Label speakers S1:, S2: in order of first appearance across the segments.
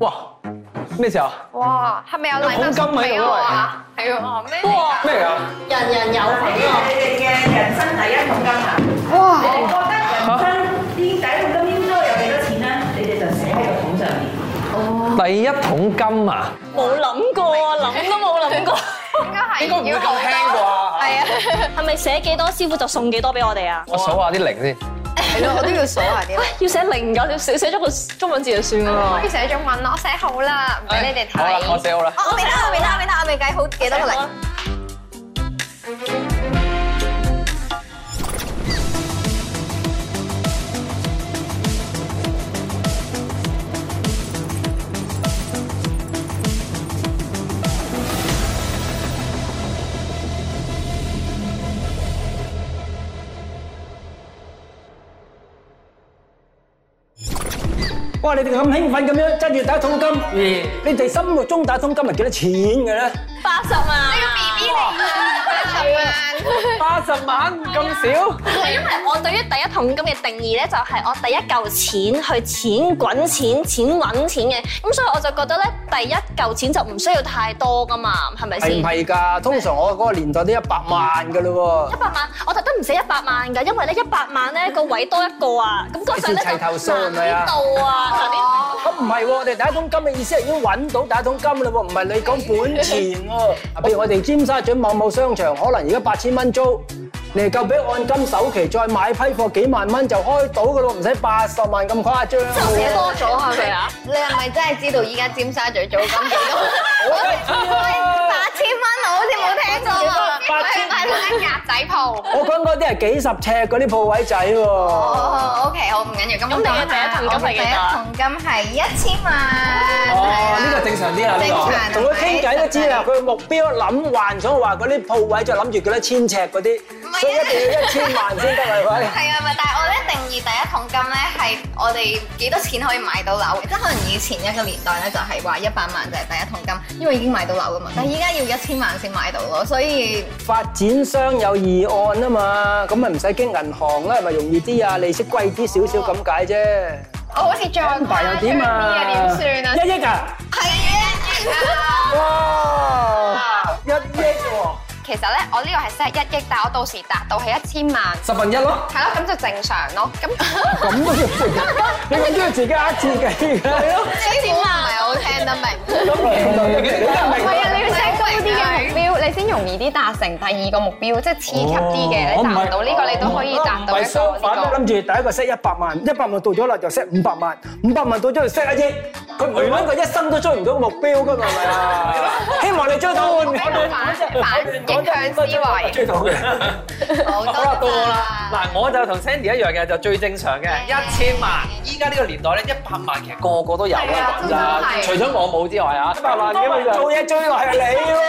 S1: 哇！咩時候？
S2: 哇，係咪有禮物送俾我啊？係喎，咩嚟㗎？
S1: 咩嚟㗎？
S3: 人人有
S4: 呢個係你哋嘅人生第一桶金啊！你哋覺得人生點解會有
S3: 份啊！
S4: 呢啊咁應該有幾多錢咧？你哋就寫喺個桶上面。
S1: 第一桶金啊！
S5: 冇諗過啊，諗都冇諗過。
S2: 應該係
S1: 應該唔會
S2: 要好
S1: 咁輕
S2: 多。
S1: 啩？
S2: 係啊，
S5: 係咪寫幾多師傅就送幾多俾我哋啊？
S1: 我數下啲零先。
S3: 係咯，我都要數下啲。
S5: 要寫零㗎，你寫寫咗個中文字就算㗎啦
S2: 可以。寫中文啦，我寫好啦，唔俾你哋
S1: 好啦，我
S2: 睇。
S1: 寫好啦。
S3: 我未得，我未得，我未得，我未計好幾多個零。
S6: 哇！你哋咁興奮咁樣揸住打桶金，你哋心目中打桶金係幾多錢嘅咧？
S5: 八十啊萬。
S2: 呢個
S3: 啊
S2: B B 嚟㗎，八十萬。
S1: 八十萬咁少？
S3: 啊
S5: 係因為我對於第一桶金嘅定義咧，就係我第一嚿錢去錢滾錢、錢揾錢嘅，咁所以我就覺得咧，第一嚿錢就唔需要太多噶嘛，係咪
S6: 係
S5: 先？
S6: 唔係㗎？通常我嗰個年代都一百萬㗎咯
S5: 一百萬，我特登唔寫一百萬㗎，因為咧一百萬咧個位多一個啊，咁嗰陣咧
S6: 係
S5: 就
S6: 砌透數係咪啊
S5: 難啲到啊，難啲。
S6: 喎。咁唔係喎，我哋第一桶金嘅意思係已經揾到第一桶金啦喎，唔係你講本錢喎。譬如我哋尖沙咀某某商場，可能而家八千蚊租，你夠俾按金首期再買批貨幾萬蚊就開到㗎咯，唔使八十萬咁誇張
S5: 就
S6: 喎。
S5: 寫多咗係咪啊？
S2: 你係咪真係知道依家尖沙咀租金幾多？八千蚊，我好似冇聽過啊！
S6: 八千
S2: 買間格仔鋪。
S6: 我講嗰啲係幾十尺嗰啲鋪位仔喎。
S2: 哦，OK，好唔緊要。咁
S5: 咁你嘅第一桶金係幾多啊
S2: 我嘅第一桶金係一千萬。係
S1: 哦
S2: 啦，
S1: 呢個正常啲啦，呢個。
S2: 正常。
S6: 同佢傾偈都知啦，
S2: 係咪。
S6: 佢目標諗幻想話嗰啲鋪位就諗住幾多千尺嗰啲，所以一定要一千萬先得 係咪？
S2: 係啊，咪但係我咧定義第一桶金咧係我哋幾多錢可以買到樓，即係可能以前一個年代咧就係話一百萬就係第一桶金，因為已經買到樓噶嘛。但係依家要一千萬先買到咯，所以
S6: 發展商有議案啊嘛，咁咪唔使經銀行啦，係咪容易啲啊？利息貴啲少少咁解啫。
S2: 我好似再誇
S6: 但
S2: 張
S6: 又點啊？
S2: 點算啊？
S6: 一億啊！
S2: 係啊！
S6: 哇！一億喎！
S2: 其實咧，我呢個係 set 一億，但係我到時達到係一千萬，
S1: 十分一咯。
S2: 係咯，咁就正常咯。 咁
S6: 咁都要自己， 你咁中意自己呃自己嘅？係咯。
S2: 一千萬唔係好聽得明。係
S6: 你
S2: 啊，你要 set 高啲嘅目標，你先容易啲達成第二個目標，即係刺激啲嘅。你達唔到呢個，你都可以達到一個
S6: 相反
S2: 呢
S6: 咧，
S2: 個。
S6: 諗住第一個 set 一百萬，一百萬到咗啦，就 set 五百萬，五百萬到咗就 set 一億。佢唔揾個一生都追唔到個目標噶嘛，係咪啊？希望你追到。我哋
S2: 反反逆向思維，
S6: 追到嘅。
S2: 好
S1: 好啦，到我
S2: 多
S1: 啦。嗱，我就同 Sandy 一樣嘅，就最正常嘅一千萬。依家呢個年代咧，一百萬其實個個都有
S2: 係啊
S1: 啦，講真。除
S2: 真係
S1: 咗我冇之外啊，一
S6: 百萬嘅嘛，做嘢追落係你喎。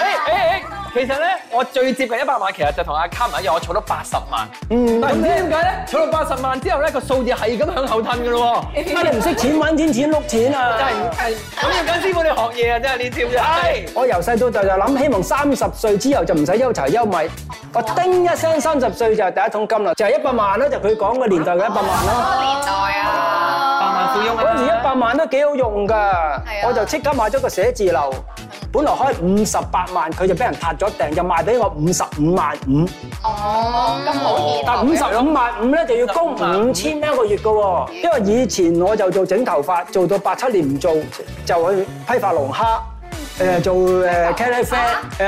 S1: 誒誒其實咧，我最接近一百萬，其實就同阿卡文一樣，我儲到八十萬。
S6: 嗯，
S1: 但係唔知
S6: 咁
S1: 點解咧，儲到八十萬之後咧，個數字係咁向後褪嘅咯喎。
S6: 你唔識錢揾錢錢碌錢啊！
S1: 真係唔係咁要跟師傅你學嘢啊！真係呢招真係。
S6: 我由細到大就諗，希望三十歲之後就唔使憂柴憂米。我叮一聲，三十歲就係第一桶金啦，就係一百萬啦，就佢講嘅年代嘅一百萬啦。
S2: 個年代啊！
S1: 百萬富翁啊！
S6: 嗰陣時一百萬都幾好用㗎，我就即刻買咗個寫字樓，本來開五十八萬，佢就俾人拍咗訂，就賣俾我五十五萬五，
S2: 哦，咁好易
S6: 但五十五萬五咧就要供五千一個月㗎喎，因為以前我就做整頭髮，做到八七年唔做，就去批發龍蝦，誒做誒茄喱啡，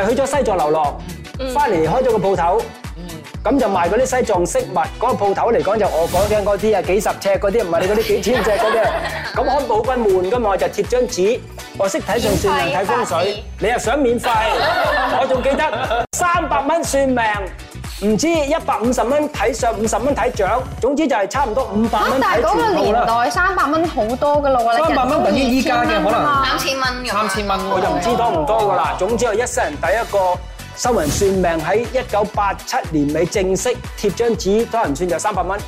S6: 誒去咗西藏流浪，翻嚟開咗個鋪頭。咁就賣嗰啲西藏飾物，嗰、個鋪頭嚟講就我講緊嗰啲啊，幾十尺嗰啲，唔係你嗰啲幾千尺嗰 啲啊。咁安保君悶噶嘛，我就貼張紙，我識睇上算命睇風水，你又想免費，我仲記得三百蚊算命，唔知一百五十蚊睇相，五十蚊睇獎，總之就係差唔多五百蚊睇
S3: 但係嗰個
S6: 全部
S3: 年
S6: 啦。
S3: 代三百蚊好多噶咯喎，
S1: 三百蚊等於依家嘅可能
S2: 三千蚊咁。
S1: 三千蚊
S6: 我就唔
S1: 喎，
S6: 知多唔多噶啦。總之我一世人第一個收人算命喺一九八七年尾正式貼張紙多人算就三百蚊，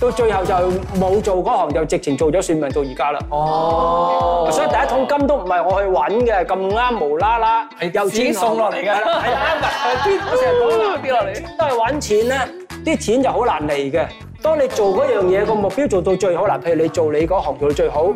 S6: 到最後就冇做嗰行，就直情做咗算命到而家啦。
S1: 哦，
S6: 所以第一桶金都唔係我去揾嘅，咁啱無啦啦
S1: 係
S6: 有
S1: 自己
S6: 錢
S1: 送落嚟 㗎
S6: 係啦啱㗎，我成日講啦，
S1: 跌落嚟。
S6: 都係揾錢咧，啲錢就好難嚟嘅。當你做嗰樣嘢個目標做到最好，嗱，譬如你做你嗰行做到最好，
S2: 係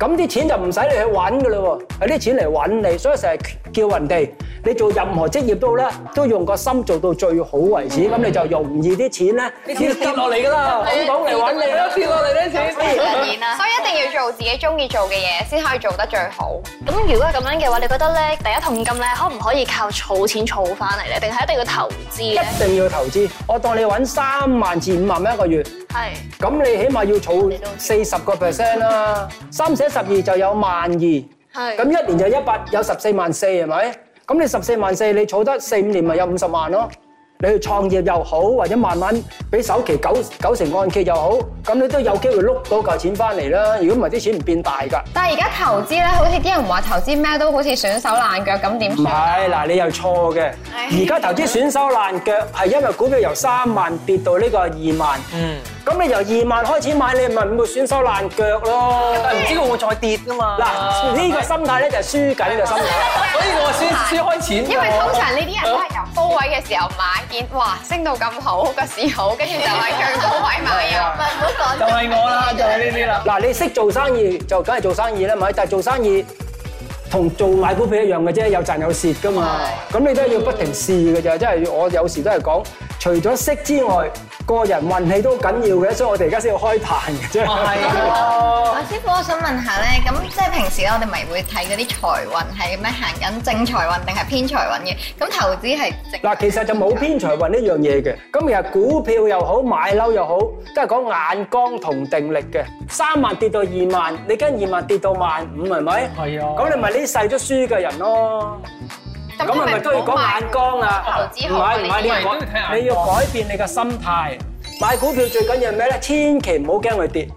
S6: 咁啲錢就唔使你去揾噶啦喎，係啲錢嚟揾你，所以成日叫人哋你做任何職業都好咧，都用個心做到最好為止，咁你就容易啲錢咧，
S1: 啲錢跌落嚟㗎啦
S6: 拱到嚟揾你啦，
S1: 跌落嚟啲錢。
S2: 當然啦，所以一定要做自己中意做嘅嘢，先可以做得最好。
S5: 咁如果係咁樣嘅話，你覺得咧第一桶金咧可唔可以靠儲錢儲翻嚟咧？定係一定要投資咧？
S6: 一定要投資。我當你揾三萬至五萬蚊一個月。
S5: 係。
S6: 咁你起碼要儲四十個 percent 啦，三四十二就有萬二，咁
S5: 係。
S6: 一年就一百有十四萬四係咪？咁你十四萬四，你儲得四五年咪有五十萬咯。你去創業又好，或者慢慢俾首期九九成按揭又好，咁你都有機會碌到嚿錢翻嚟啦。如果唔係啲錢唔變大㗎。
S2: 但係而家投資咧，好似啲人話投資咩都好似損手爛腳咁，點
S6: 唔
S2: 算？
S6: 係，嗱你又錯嘅。而家投資損手爛腳係因為股票由三萬跌到呢個二萬，
S1: 嗯，
S6: 咁你由二萬開始買，你咪唔會損手爛腳咯。
S1: 但係唔知佢會唔會再跌㗎嘛。
S6: 嗱，呢個心態咧就係輸緊嘅心態。
S1: 所以我先先開錢㗎。
S2: 因為通常呢啲人都係由高位嘅時候買，見哇升到咁好，個市好，跟住就係最高位買入。 唔好講
S1: 就係我啦，就係呢啲啦。
S6: 嗱，你識做生意就梗係做生意啦，係咪？但係做生意同做買股票一樣嘅啫，有賺有蝕噶嘛。咁你都係要不停試嘅啫，即係我有時都係講，除咗識之外，個人運氣都緊要嘅，所以我哋而家先要開盤嘅啫。
S1: 係
S2: 啊師傅，我想問下咧，咁即係平時咧，我哋咪會睇嗰啲財運係咩行緊正財運定係偏財運嘅？咁投資係正
S6: 嗱，其實就冇偏財運呢樣嘢嘅。咁其實股票又好，買樓又好，都係講眼光同定力嘅。三萬跌到二萬，你跟二萬跌到萬五，係咪？
S1: 係啊
S6: 咁你咪呢世都輸嘅人咯。咁係咪都要講眼光啊？
S2: 投資
S6: 唔
S2: 好
S6: 係唔係，你
S1: 都要睇
S6: 要
S1: 眼
S6: 改
S1: 光
S6: 你要改變你嘅心態。買股票最緊要係咩咧？千祈唔好驚佢跌。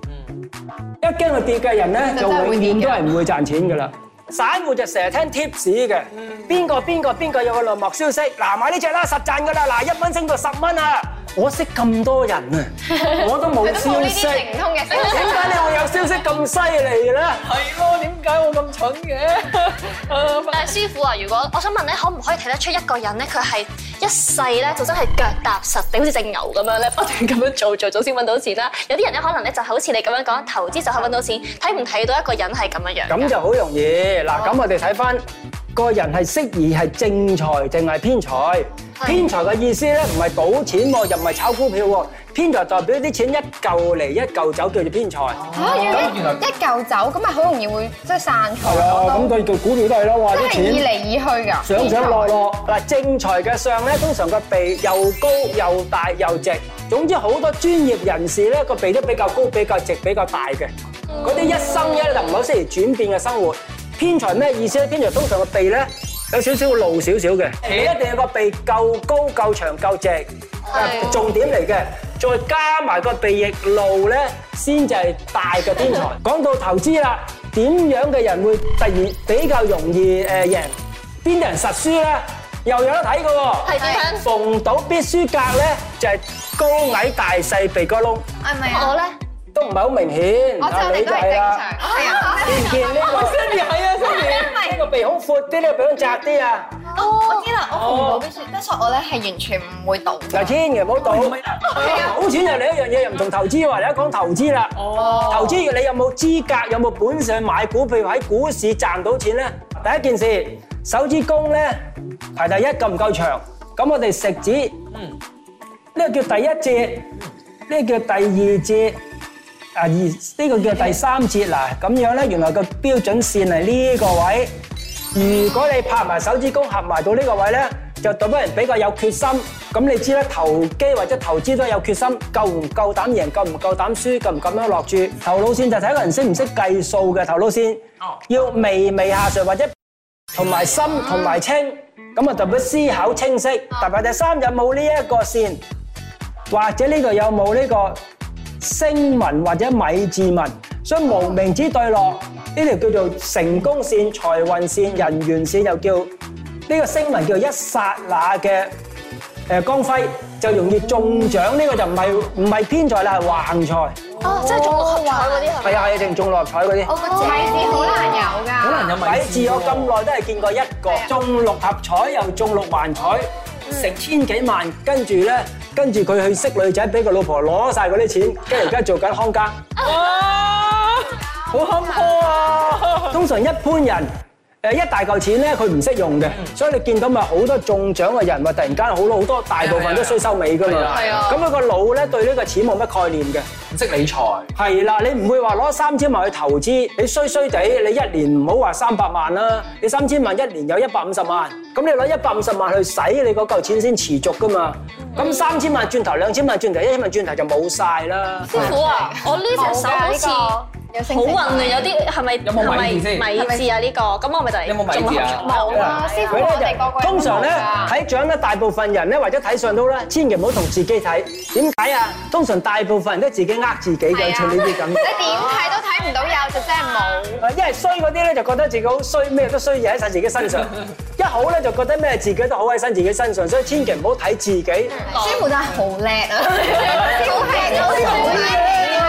S6: 一驚佢跌嘅人咧，就永遠都係唔會賺錢㗎啦。散户就成日聽 tips 嘅，邊個邊個邊個有個內幕消息，嗱買呢只啦，實賺㗎啦，嗱一蚊升到十蚊啊！我識咁多人 啊，我都冇
S2: 都冇
S6: 消
S2: 呢
S6: 息，
S2: 啲
S6: 點
S2: 靈通嘅消息。
S6: 解你會有消息咁犀利咧？
S1: 係咯，點解我咁蠢嘅？
S5: 但係師傅啊，如果我想問咧，可唔可以睇得出一個人咧，佢係一世咧就真係腳踏實地，好似隻牛咁樣咧， 不斷咁樣做，做咗先揾到錢啦。有啲人咧，可能咧就好似你咁樣講，投資就係揾到錢，睇唔睇到一個人係咁樣樣㗎？
S6: 咁就好容易。嗱，咁我哋睇翻個人係適宜係正財定係偏財？偏財嘅意思咧，唔係賭錢喎，又唔係炒股票喎。偏財代表啲錢一嚿嚟一嚿走，叫做偏財。
S2: 嚇，要
S1: 咁原來
S2: 一一嚿走，咁咪好容易會即係散財
S6: 係啊，
S2: 咯。
S6: 咁對股票都係啦，哇！
S2: 都
S6: 啲
S2: 係以
S6: 錢
S2: 嚟以去㗎。
S6: 上上落落。嗱，正財嘅上咧，通常個鼻又高又大又直。總之好多專業人士咧，個鼻都比較高、比較直、比較大嘅。嗰啲一生咧就唔係好適宜轉變嘅生活。偏財咩意思咧？偏財通常個鼻咧有少少露少少嘅，你一定要個鼻夠高、夠長、夠直。啊重點嚟嘅， 再加埋個鼻翼露咧，先至係大嘅天才。講到投資啦，點樣嘅人會突然比較容易誒贏？邊啲人實輸咧？又有得睇嘅喎。
S5: 係點樣？
S6: 逢到必輸格咧，就係高矮大細鼻哥窿，
S2: 係咪啊？
S6: 哦
S5: 我咧，
S6: 都唔係好明顯。
S2: 我知我哋都係正常。係啊，
S6: 見唔見呢 個？
S1: Sandy 係啊，Sandy。
S6: 呢個鼻孔闊啲，呢個鼻孔窄啲啊！
S2: 我知啦，我唔到啲雪，所以我咧係完全唔會賭。
S6: 嗱，千祈唔好賭。賭錢又另一樣嘢，又唔同投資喎。你一講投資啦，投資你有冇資格，有冇本事去買股票喺股市賺到錢咧？第一件事，手指公咧排第一夠唔夠長？咁我哋食指，呢個叫第一節，呢個叫第二節。啊，二呢個叫第三節嗱，咁樣咧，原來個標準線係呢個位。如果你拍埋手指公合埋到呢個位咧，就代表人比較有決心。咁你知啦，投機或者投資都係有決心，夠唔夠膽贏，夠唔夠膽輸，夠唔夠膽落注。頭腦線就睇個人識唔識計數嘅頭腦線，要微微下垂或者同埋深同埋清，咁啊代表思考清晰。特別第三有冇呢一個線，或者呢度有冇呢個聲紋或者米字紋，所以無名指對落呢條叫做成功線、財運線、人緣線，又叫呢個聲紋叫一剎那嘅誒光輝，就容易中獎。呢個就唔係唔係偏財啦，係橫財，
S5: 哦，即係中六合彩嗰啲係咪？
S6: 係啊，一定中六合彩嗰啲。
S2: 我個米字好難有㗎。
S1: 可能有
S6: 睇
S1: 米
S6: 字我咁耐都係見過一個中六合彩又中六環彩，成千幾萬，跟住咧，跟住佢去識女仔，俾個老婆攞晒嗰啲錢，跟住而家做緊康家。
S1: Wow, 好坎坷啊！
S6: 通常一般人誒一大嚿錢咧，佢唔識用嘅，所以你見到咪好多中獎嘅人咪突然間好多好多大部分都衰收尾噶嘛
S1: 係啊。
S6: 咁佢個腦咧對呢個錢冇乜概念嘅。
S1: 唔識理財，
S6: 係啦，你唔會話攞三千萬去投資，你衰衰地，你一年唔好話三百萬啦，你三千萬一年有一百五十萬，咁你攞一百五十萬去使，你嗰嚿錢先持續噶嘛。咁三千萬轉頭，兩千萬轉頭，一千萬轉頭就冇晒啦。
S5: 師傅啊，我呢隻手好似好
S2: 有星
S5: 運啊，有啲係咪
S1: 有冇米字先
S5: 係咪米字啊？呢個咁我咪就係
S1: 有冇米字啊
S2: Dạ.
S5: 冇啊！
S2: 師傅，
S6: 佢
S2: 我哋
S6: 咧
S2: 個個
S6: 就通常咧睇獎咧，大部分人咧或者睇上到咧，千祈唔好同自己睇。點解啊？通常大部分人都自己呃自己嘅，
S2: 啊
S6: 似呢啲咁。
S2: 你點睇都睇唔到有，就真係冇。
S6: 啊，一係衰嗰啲咧就覺得自己好衰，咩都衰嘢喺晒自己身 上；一好咧就覺得咩自己都好喺身自己身上，所以千祈唔好睇自己。
S2: 師傅真係好叻啊！師傅係好好叻啊！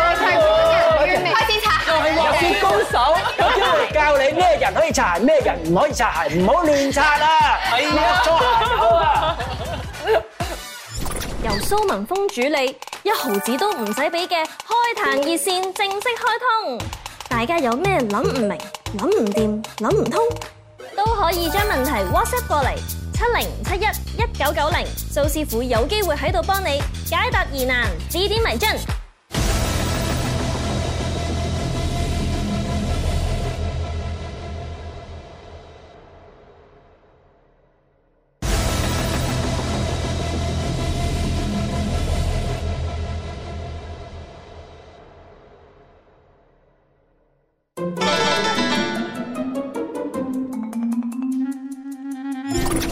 S2: 開始擦鞋啦，
S6: 高手，有機會教你咩人可以擦鞋，咩人唔可以擦鞋，唔好亂擦啊！
S1: 係啊
S6: 落錯鞋口啊！
S7: 由蘇文峰主理，一毫子都唔使俾嘅開壇熱線正式開通，大家有咩諗唔明、諗唔掂、諗唔通，都可以將問題 WhatsApp 過嚟七零七一一九九零，蘇師傅有機會喺度幫你解答疑難、指點迷津。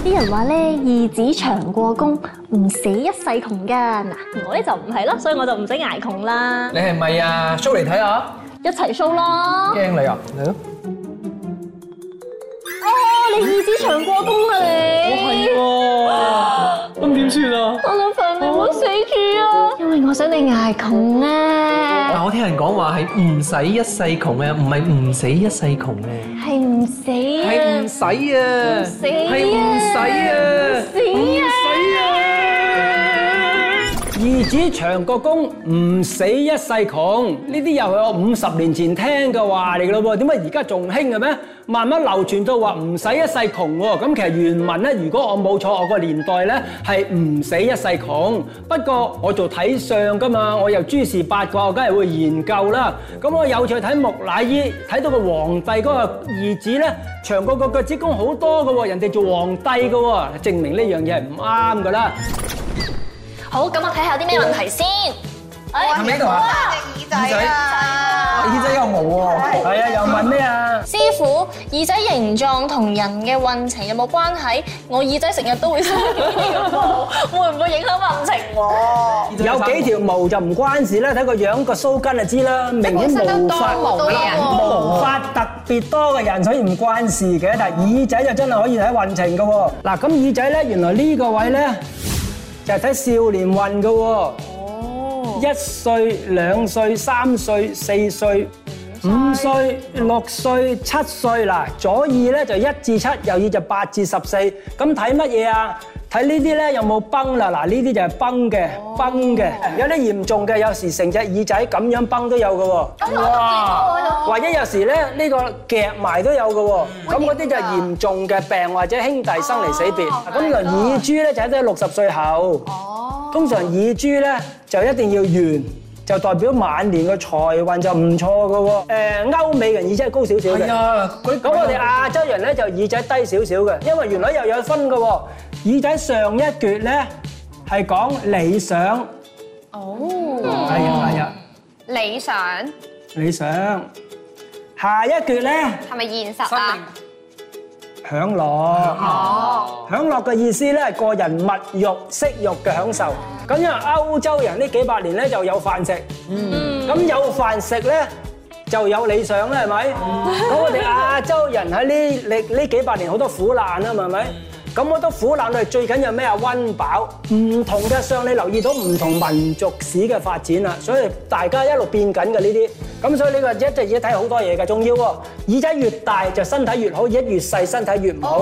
S5: 啲人話咧，二子長過宮，唔死一世窮噶。嗱，我咧就唔係咯，所以我就唔使捱窮啦。
S1: 你係咪啊？show 嚟睇下，
S5: 一齊 show 咯！
S1: 驚你啊！嚟咯，
S5: 你二子長過宮啊你！
S1: 喎，咁點算啊？
S5: 我諗份你唔好死住啊，因為我想你捱窮啊，
S1: 嗱，我聽人講話係唔使一世窮嘅，唔係唔死一世窮嘅，
S5: 係唔死
S1: 係唔
S5: 啊，
S1: 使啊，
S5: 死啊
S1: 係唔使啊，
S5: 死啊！
S6: 兒子長個公，唔死一世窮，呢啲又係我五十年前聽嘅話嚟嘅咯喎，點解而家仲興嘅咩？慢慢流傳到話唔使一世窮喎，咁其實原文咧，如果我冇錯，我個年代咧係唔死一世窮。不過我做睇相噶嘛，我又諸事八卦，我梗係會研究啦。咁我有趣睇木乃伊，睇到個皇帝嗰個兒子咧長過個腳趾公好多嘅喎，人哋做皇帝嘅喎，證明呢樣嘢係唔啱嘅啦。
S5: 好，咁我睇下有啲咩問題先。哎
S1: 係咪呢度啊？
S2: 大隻耳仔啊！
S1: 耳仔有毛喎，
S6: 係啊，又問咩啊？
S5: 師傅，耳仔形狀同人嘅運程有冇關係？我耳仔成日都會 生呢啲毛，會唔會影響運程喎？
S6: 有幾條毛就唔關事啦，睇個樣個鬚根就知啦，明顯毛髮
S2: 毛嘅
S6: à?
S2: 人
S6: 毛髮特別多嘅人，所以唔關事嘅。但係耳仔就真係可以睇運程嘅喎。嗱，咁耳仔咧，原來呢個位咧就係睇少年運嘅喎。一歲、兩歲、三歲、四歲、五歲、六歲、七歲嗱，左耳咧就一至七，右耳就八至十四。咁睇乜嘢啊？睇呢啲咧有冇崩啦？嗱，呢啲就係崩嘅，崩嘅。有啲嚴重嘅，有時成隻耳仔咁樣崩都有嘅喎。哇！或者有時咧呢個夾埋都有嘅喎。咁嗰啲就係嚴重嘅病或者兄弟生離死別。咁原來耳珠咧就喺啲六十歲後。通常耳珠咧就一定要圓，就代表晚年嘅財運就唔錯嘅喎。誒歐美人耳仔係高少少嘅，
S1: 啊，
S6: 咁我哋亞洲人咧就耳仔低少少嘅，因為原來又有分嘅喎。耳仔上一橛咧係講理想，哦，係啊係啊，
S2: 理想係
S6: 理想。下一橛咧
S2: 咪現實啊？
S6: 享樂。享樂嘅意思咧係個人物欲、色欲嘅享受。咁因為歐洲人呢幾百年咧就有飯食，咁有飯食咧就有理想啦，係咪？咁我哋亞洲人喺呢呢呢幾百年好多苦難啊嘛，係咪？咁好多苦難，我哋最緊要咩啊？温飽，唔同嘅上你留意到唔同民族史嘅發展啦，所以大家一路變緊嘅呢啲，咁所以呢個一隻耳睇好多嘢嘅，仲要喎，耳仔越大就身體越好，耳仔越細身體越唔好。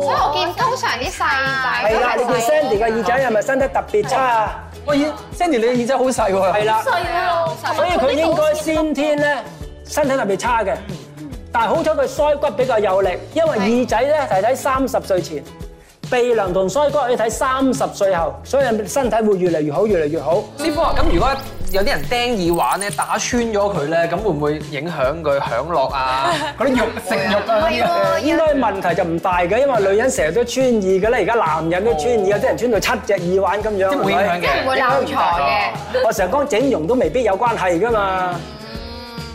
S2: 所以我見通常啲細仔
S6: 係
S2: 都
S6: 啦，你見
S2: 係細
S6: Sandy 嘅耳仔係咪身體特別差啊？
S1: 喂，Sandy 你嘅耳仔好細喎，
S6: 係啦，
S5: 係啊，
S6: 所以佢應該先天咧身體特別差嘅，但係好彩佢腮骨比較有力，因為耳仔咧係睇三十歲前，鼻梁同腮骨要睇三十歲後，所以身體會越嚟越好，越嚟越好。
S1: 師傅啊，咁如果有啲人釘耳環咧，打穿咗佢咧，咁會唔會影響佢享樂啊？嗰啲肉 食肉啊嗰啲啊？
S2: 喎，
S6: 應該問題就唔大嘅，因為女人成日都穿耳嘅咧，而家男人都穿耳，有啲人穿到七隻耳環咁樣，
S1: 即係冇影響嘅，
S2: 會漏財嘅。
S6: 我成日講整容都未必有關係噶嘛。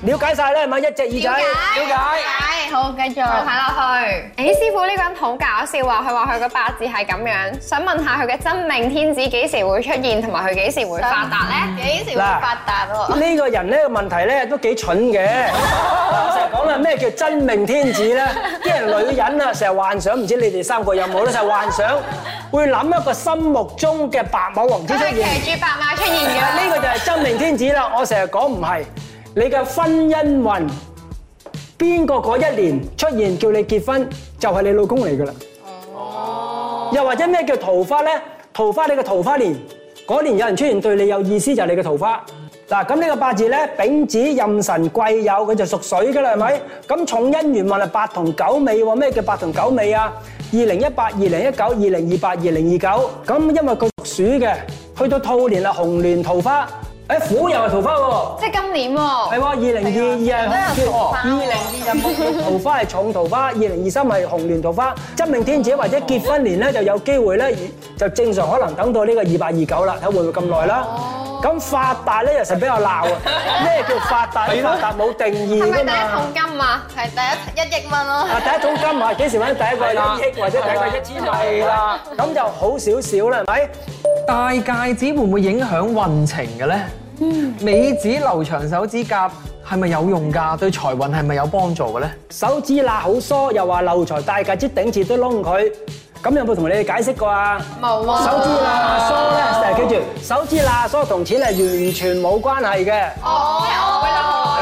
S6: 了解晒啦，係咪一隻耳仔？
S1: 了解。
S2: 好，繼續睇落去。
S8: 誒師傅呢個人好搞笑啊！佢話佢個八字係咁樣，想問下佢嘅真命天子幾時會出現，同埋佢幾時會發達咧？
S2: 幾時會發達喎？
S6: 呢個人呢個問題咧都幾蠢嘅。我成日講啦，咩叫真命天子咧？啲人女人啊，成日幻想，唔知你哋三個有冇咧？成日幻想會諗一個心目中嘅白馬王子出
S2: 佢
S6: 現。
S2: 騎住白馬出現
S6: 係啊
S2: 嘅。
S6: 呢個就係真命天子啦！我成日講唔係，你嘅婚姻運邊個嗰一年出現叫你結婚，就係你老公嚟噶啦。哦。又或者咩叫桃花咧？桃花你嘅桃花年嗰年有人出現對你有意思，就係你嘅桃花。嗱，咁呢個八字咧，丙子壬辰癸酉，佢就屬水噶啦，係咪？咁重姻緣運係八同九尾喎，咩叫八同九尾啊？二零一八、二零一九、二零二八、二零二九，咁因為佢屬鼠嘅，去到兔年啦，紅鸞桃花，誒虎又係桃花喎。
S8: 即係今年喎，
S6: 係喎，二零二二係二零二日木桃花係重桃花，二零二三係紅鸞桃花。真命天子或者結婚年咧就有機會咧，就正常可能等到呢個二八二九啦，睇會唔會咁耐啦？咁發達咧又成日俾我鬧 啊！咩叫發達？發達冇定義
S8: 係咪第一
S6: 㗎嘛
S8: 桶。金啊？
S2: 係第一一億蚊咯。
S6: 啊！第一桶金啊，幾時揾第一個一億或者第一個一千萬啦？咁就好少少啦，係咪？
S1: 戴戒指會唔會影響運程嘅咧？尾指留長手指甲係咪有用㗎？對財運係咪有幫助嘅咧？
S6: 手指罅好疏，又話漏財，戴戒指頂住都窿佢。咁有冇同你哋解釋過啊？
S2: 冇啊。
S6: 手指罅疏咧，成日記住，手指罅疏同錢係完全冇關係嘅。
S2: 哦，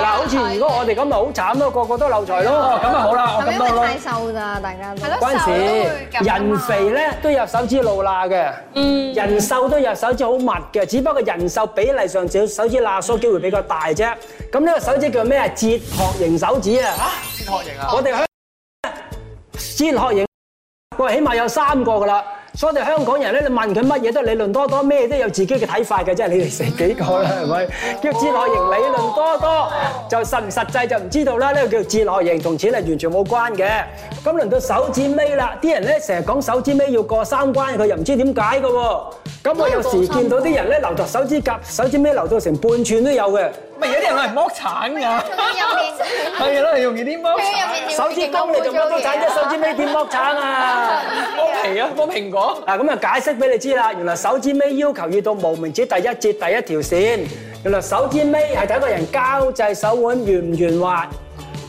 S6: 嗱，好似如果我哋咁咪好慘咯，個個都漏財咯。咁咪好啦，我咁多咯。
S3: 瘦咋，大家都
S8: 係咯，
S6: 嗰
S8: 手都
S6: 陣時
S8: 會咁啊嘛
S6: 人肥咧都有手指露罅嘅，人瘦都有手指好密嘅，只不過人瘦比例上少，手指罅疏機會比較大啫。咁呢個手指叫咩啊？哲學型手指啊！
S1: 哲學型啊！
S6: 我哋香哲學型，我起碼有三個噶啦。所以我哋香港人咧，你問佢乜嘢都理論多多，咩都有自己嘅睇法嘅，即係你哋死幾個啦，係咪？叫哲學型理論多多，就實唔實際就唔知道啦。呢個叫哲學型，同錢係完全冇關嘅。咁輪到手指尾啦，啲人咧成日講手指尾要過三關，佢又唔知點解嘅喎。咁我有時見到啲人咧留到手指甲、手指尾留到成半寸都有嘅。
S1: 咪有啲人攞嚟剝橙㗎，
S2: 入面
S1: 係咯，用呢啲剝
S2: 入
S1: 橙
S2: 面
S6: 手指公你仲剝到橙啫，手指尾點剝橙啊？
S1: 剝皮啊，剝蘋果。
S6: 嗱，咁就解釋俾你知啦。原來手指尾要求要到無名指第一節第一條線。原來手指尾係睇個人交際手腕圓唔圓滑，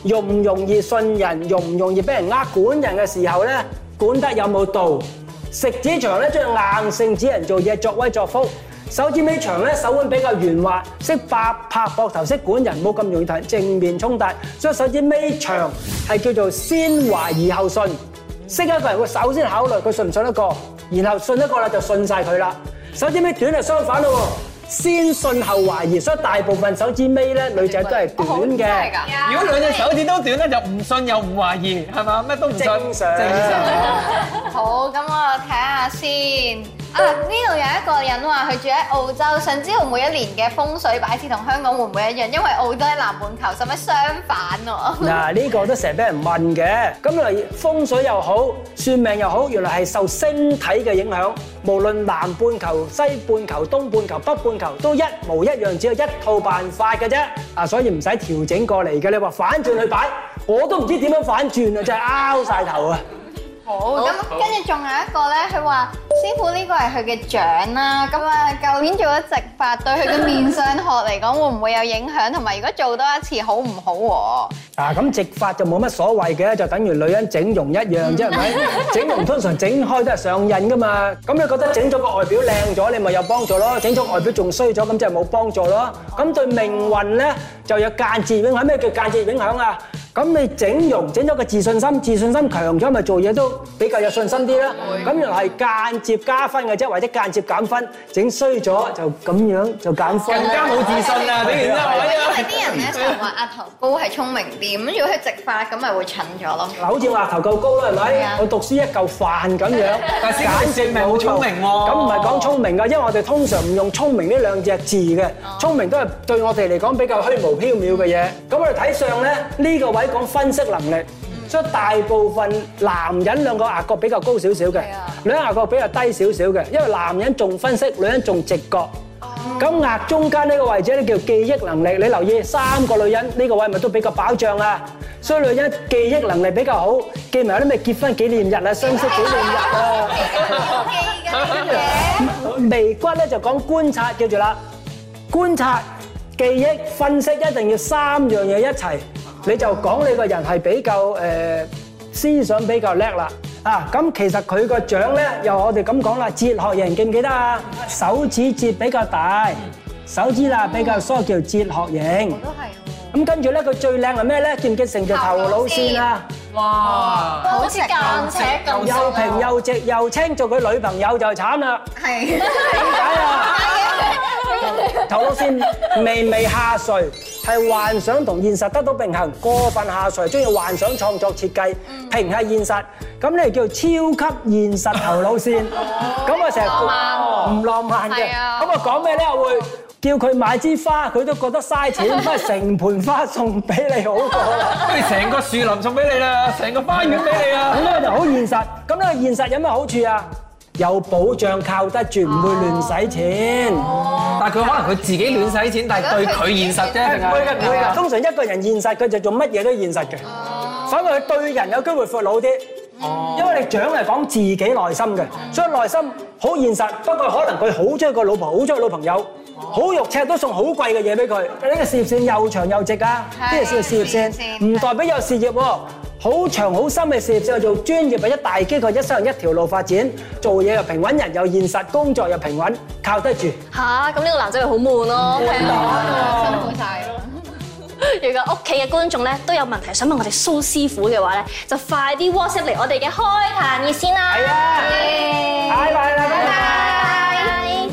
S6: 容唔容易信人，容唔容易俾人呃管人嘅時候咧，管得有冇度？食指長咧，將硬性指人做嘢，作威作福。手指尾長咧，手腕比較圓滑，識拍拍膊頭，識管人，冇咁容易同人正面衝突。所以手指尾長係叫做先懷而後信。識一個人會首先考慮佢信唔信得過，然後信得過啦就信晒佢啦。手指尾短係相反咯喎，先信後懷疑，所以大部分手指尾咧女仔都係
S2: 哦
S6: 短嘅。
S1: 如果兩 隻手指都短咧，就唔信又唔懷疑，係嘛？咩都唔信。
S6: 正常
S1: 正常。
S2: 好，咁我睇下先。啊，呢度有一個人話佢住喺澳洲，想知道每一年嘅風水擺設同香港會唔會一樣？因為澳洲喺南半球，使乜相反喎？
S6: 嗱，呢個都成日俾人問嘅。咁原來風水又好，算命又好，原來係受星體嘅影響。無論南半球、西半球、東半球、北半球，都一模一樣，只有一套辦法嘅啫。啊，所以唔使調整過嚟嘅。你話反轉去擺，我都唔知點樣反轉啊，真係拗晒頭啊！
S2: 好，咁跟住仲有一個咧，佢話師傅呢個係佢嘅獎啦。咁啊，舊年做咗直髮，對佢嘅面相學嚟講，會唔會有影響？同埋如果做多一次，好唔好喎？
S6: 啊，咁直髮就冇乜所謂嘅，就等於女人整容一樣啫，係咪？整容通常整開都係上癮噶嘛。咁你覺得整咗個外表靚咗，你咪有幫助咯；整咗外表仲衰咗，咁即係冇幫助咯。咁對命運咧就有間接影響。咩叫間接影響啊？咁你整容整咗個自信心，自信心強咗，咪做嘢都比較有信心啲啦。咁原來係間接加分嘅啫，或者間接減分，整衰咗就咁樣就減分
S1: 更加冇自信啊！整完之後，哎呀
S2: 因為啲人咧成日話額頭高係聰明啲，咁如果佢直髮咁咪會蠢咗咯。
S6: 嗱，好似話頭夠高啦，係
S2: 係啊
S6: 咪？我讀書一嚿飯 咁樣，
S1: 但係先係證明好聰明喎
S6: 咁唔係講聰明㗎，因為我哋通常唔用聰明呢兩隻字嘅，聰明都係對我哋嚟講比較虛無縹緲嘅嘢。咁我哋睇相咧，呢個位講分析能力。所以大部分男人兩個額角比較高少少嘅，女人額角比較低少少嘅，因為男人重分析，女人重直覺。咁額中間呢個位置咧叫記憶能力，你留意三個女人呢個位咪都比較飽漲啊，所以女人記憶能力比較好，記埋啲咩結婚紀念日啊、相識紀念日
S5: 哦
S6: 啊。
S2: 機 嘅呢啲嘢。
S6: 眉骨咧就講觀察，記住啦，觀察、記憶、分析一定要三樣嘢一齊，你就講你個人係比較誒、呃思想比較叻啦。啊，咁其實佢個獎咧，又我哋咁講啦，哲學型記唔記得啊？手指節比較大，手指罅比較疏，叫哲學型。咁跟住咧，佢最靚係咩咧？見唔見成條頭腦線啊？
S1: 哇！
S5: 好似間尺咁
S1: 夠
S6: 又平又直又清，做佢女朋友就慘啦。
S2: 係
S6: 點解啊？頭腦線微微下垂，係幻想同現實得到平衡。過分下垂，中意幻想創作設計，平衡現實。咁你叫超級現實頭腦線。咁我成日唔浪漫嘅。咁我講咩咧？我會叫佢買支花，佢都覺得嘥錢，不如成盆花送俾你好過啦。
S1: 不如成個樹林送俾你啦，成個花園俾你
S6: 咁
S1: 啊！
S6: 呢個就好現實。咁呢個現實有咩好處啊？有保障，靠得住，唔會亂使錢。
S1: 但係佢可能佢自己亂使錢，但係對佢現實啫，定
S6: 唔會嘅，唔會嘅。
S1: 係？
S6: 通常一個人現實，佢就做乜嘢都現實嘅。反而佢對人有機會闊佬啲，因為你獎係講自己內心嘅，所以內心好現實。不過可能佢好中意個老婆，好中意老朋友，好肉赤都送好貴嘅嘢俾佢。呢個事業線又長又直啊，呢個叫事業線，唔代表有事業喎。好長好深嘅事業線，做專業或者大機構，一生人一條路發展，做嘢又平穩，人又現實，工作又平穩，靠得住。
S5: 嚇，咁呢個男仔咪好悶咯。係啊
S8: 辛苦晒。
S5: 如果屋企嘅觀眾咧都有問題想問我哋蘇師傅嘅話咧，就快啲 WhatsApp 嚟我哋嘅開壇熱線啦。
S6: 係啊，拜拜啦，拜拜。
S5: 拜拜。